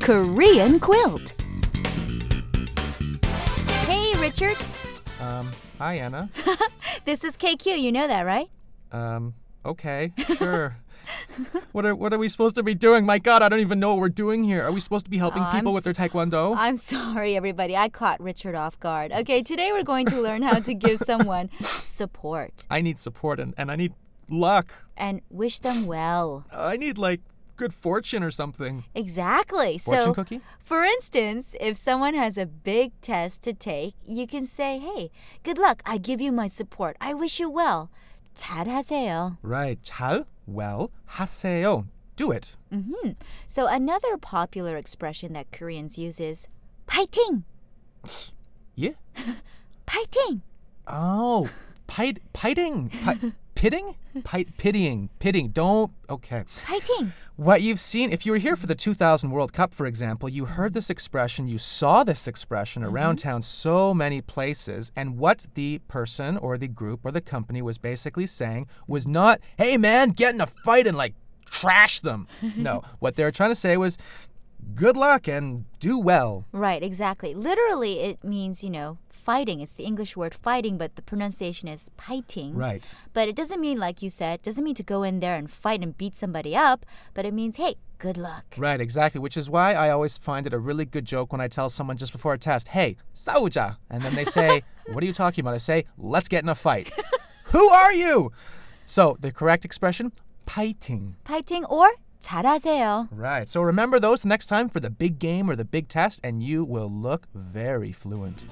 Korean quilt. Hey, Richard. Um, hi, Anna. This is KQ. You know that, right? Um, okay, sure. what are what are we supposed to be doing? My God, I don't even know what we're doing here. Are we supposed to be helping Oh, I'm people with their taekwondo? I'm sorry, everybody. I caught Richard off guard. Okay, today we're going to learn how to give someone support I need support and, and I need luck. and wish them well. I need like good fortune or something. Exactly. so, Fortune cookie? for instance, if someone has a big test to take, you can say, "Hey, good luck. I give you my support. I wish you well. 잘하세요." Right. 잘 well 하세요. Do it. hmm So another popular expression that Koreans use is "파이팅, Yeah. 파이팅." Oh, pite, piting, pi- pitting, pite, pitying, pitting. Don't. Okay. 파이팅. What you've seen, if you were here for the 2000 World Cup, for example, you heard this expression, you saw this expression around town so many places, and what the person or the group or the company was basically saying was not, hey man, get in a fight and like trash them. No, what they were trying to say was, good luck and do well. Right, exactly. Literally, it means, you know, fighting. It's the English word fighting, but the pronunciation is fighting. Right. But it doesn't mean, like you said, doesn't mean to go in there and fight and beat somebody up, but it means, hey, good luck. Right, exactly, which is why I always find it a really good joke when I tell someone just before a test, hey, Sauja. And then they say, what are you talking about? I say, let's get in a fight. Who are you? So the correct expression, fighting. Fighting or 잘하세요. Right, so remember those the next time for the big game or the big test, and you will look very fluent.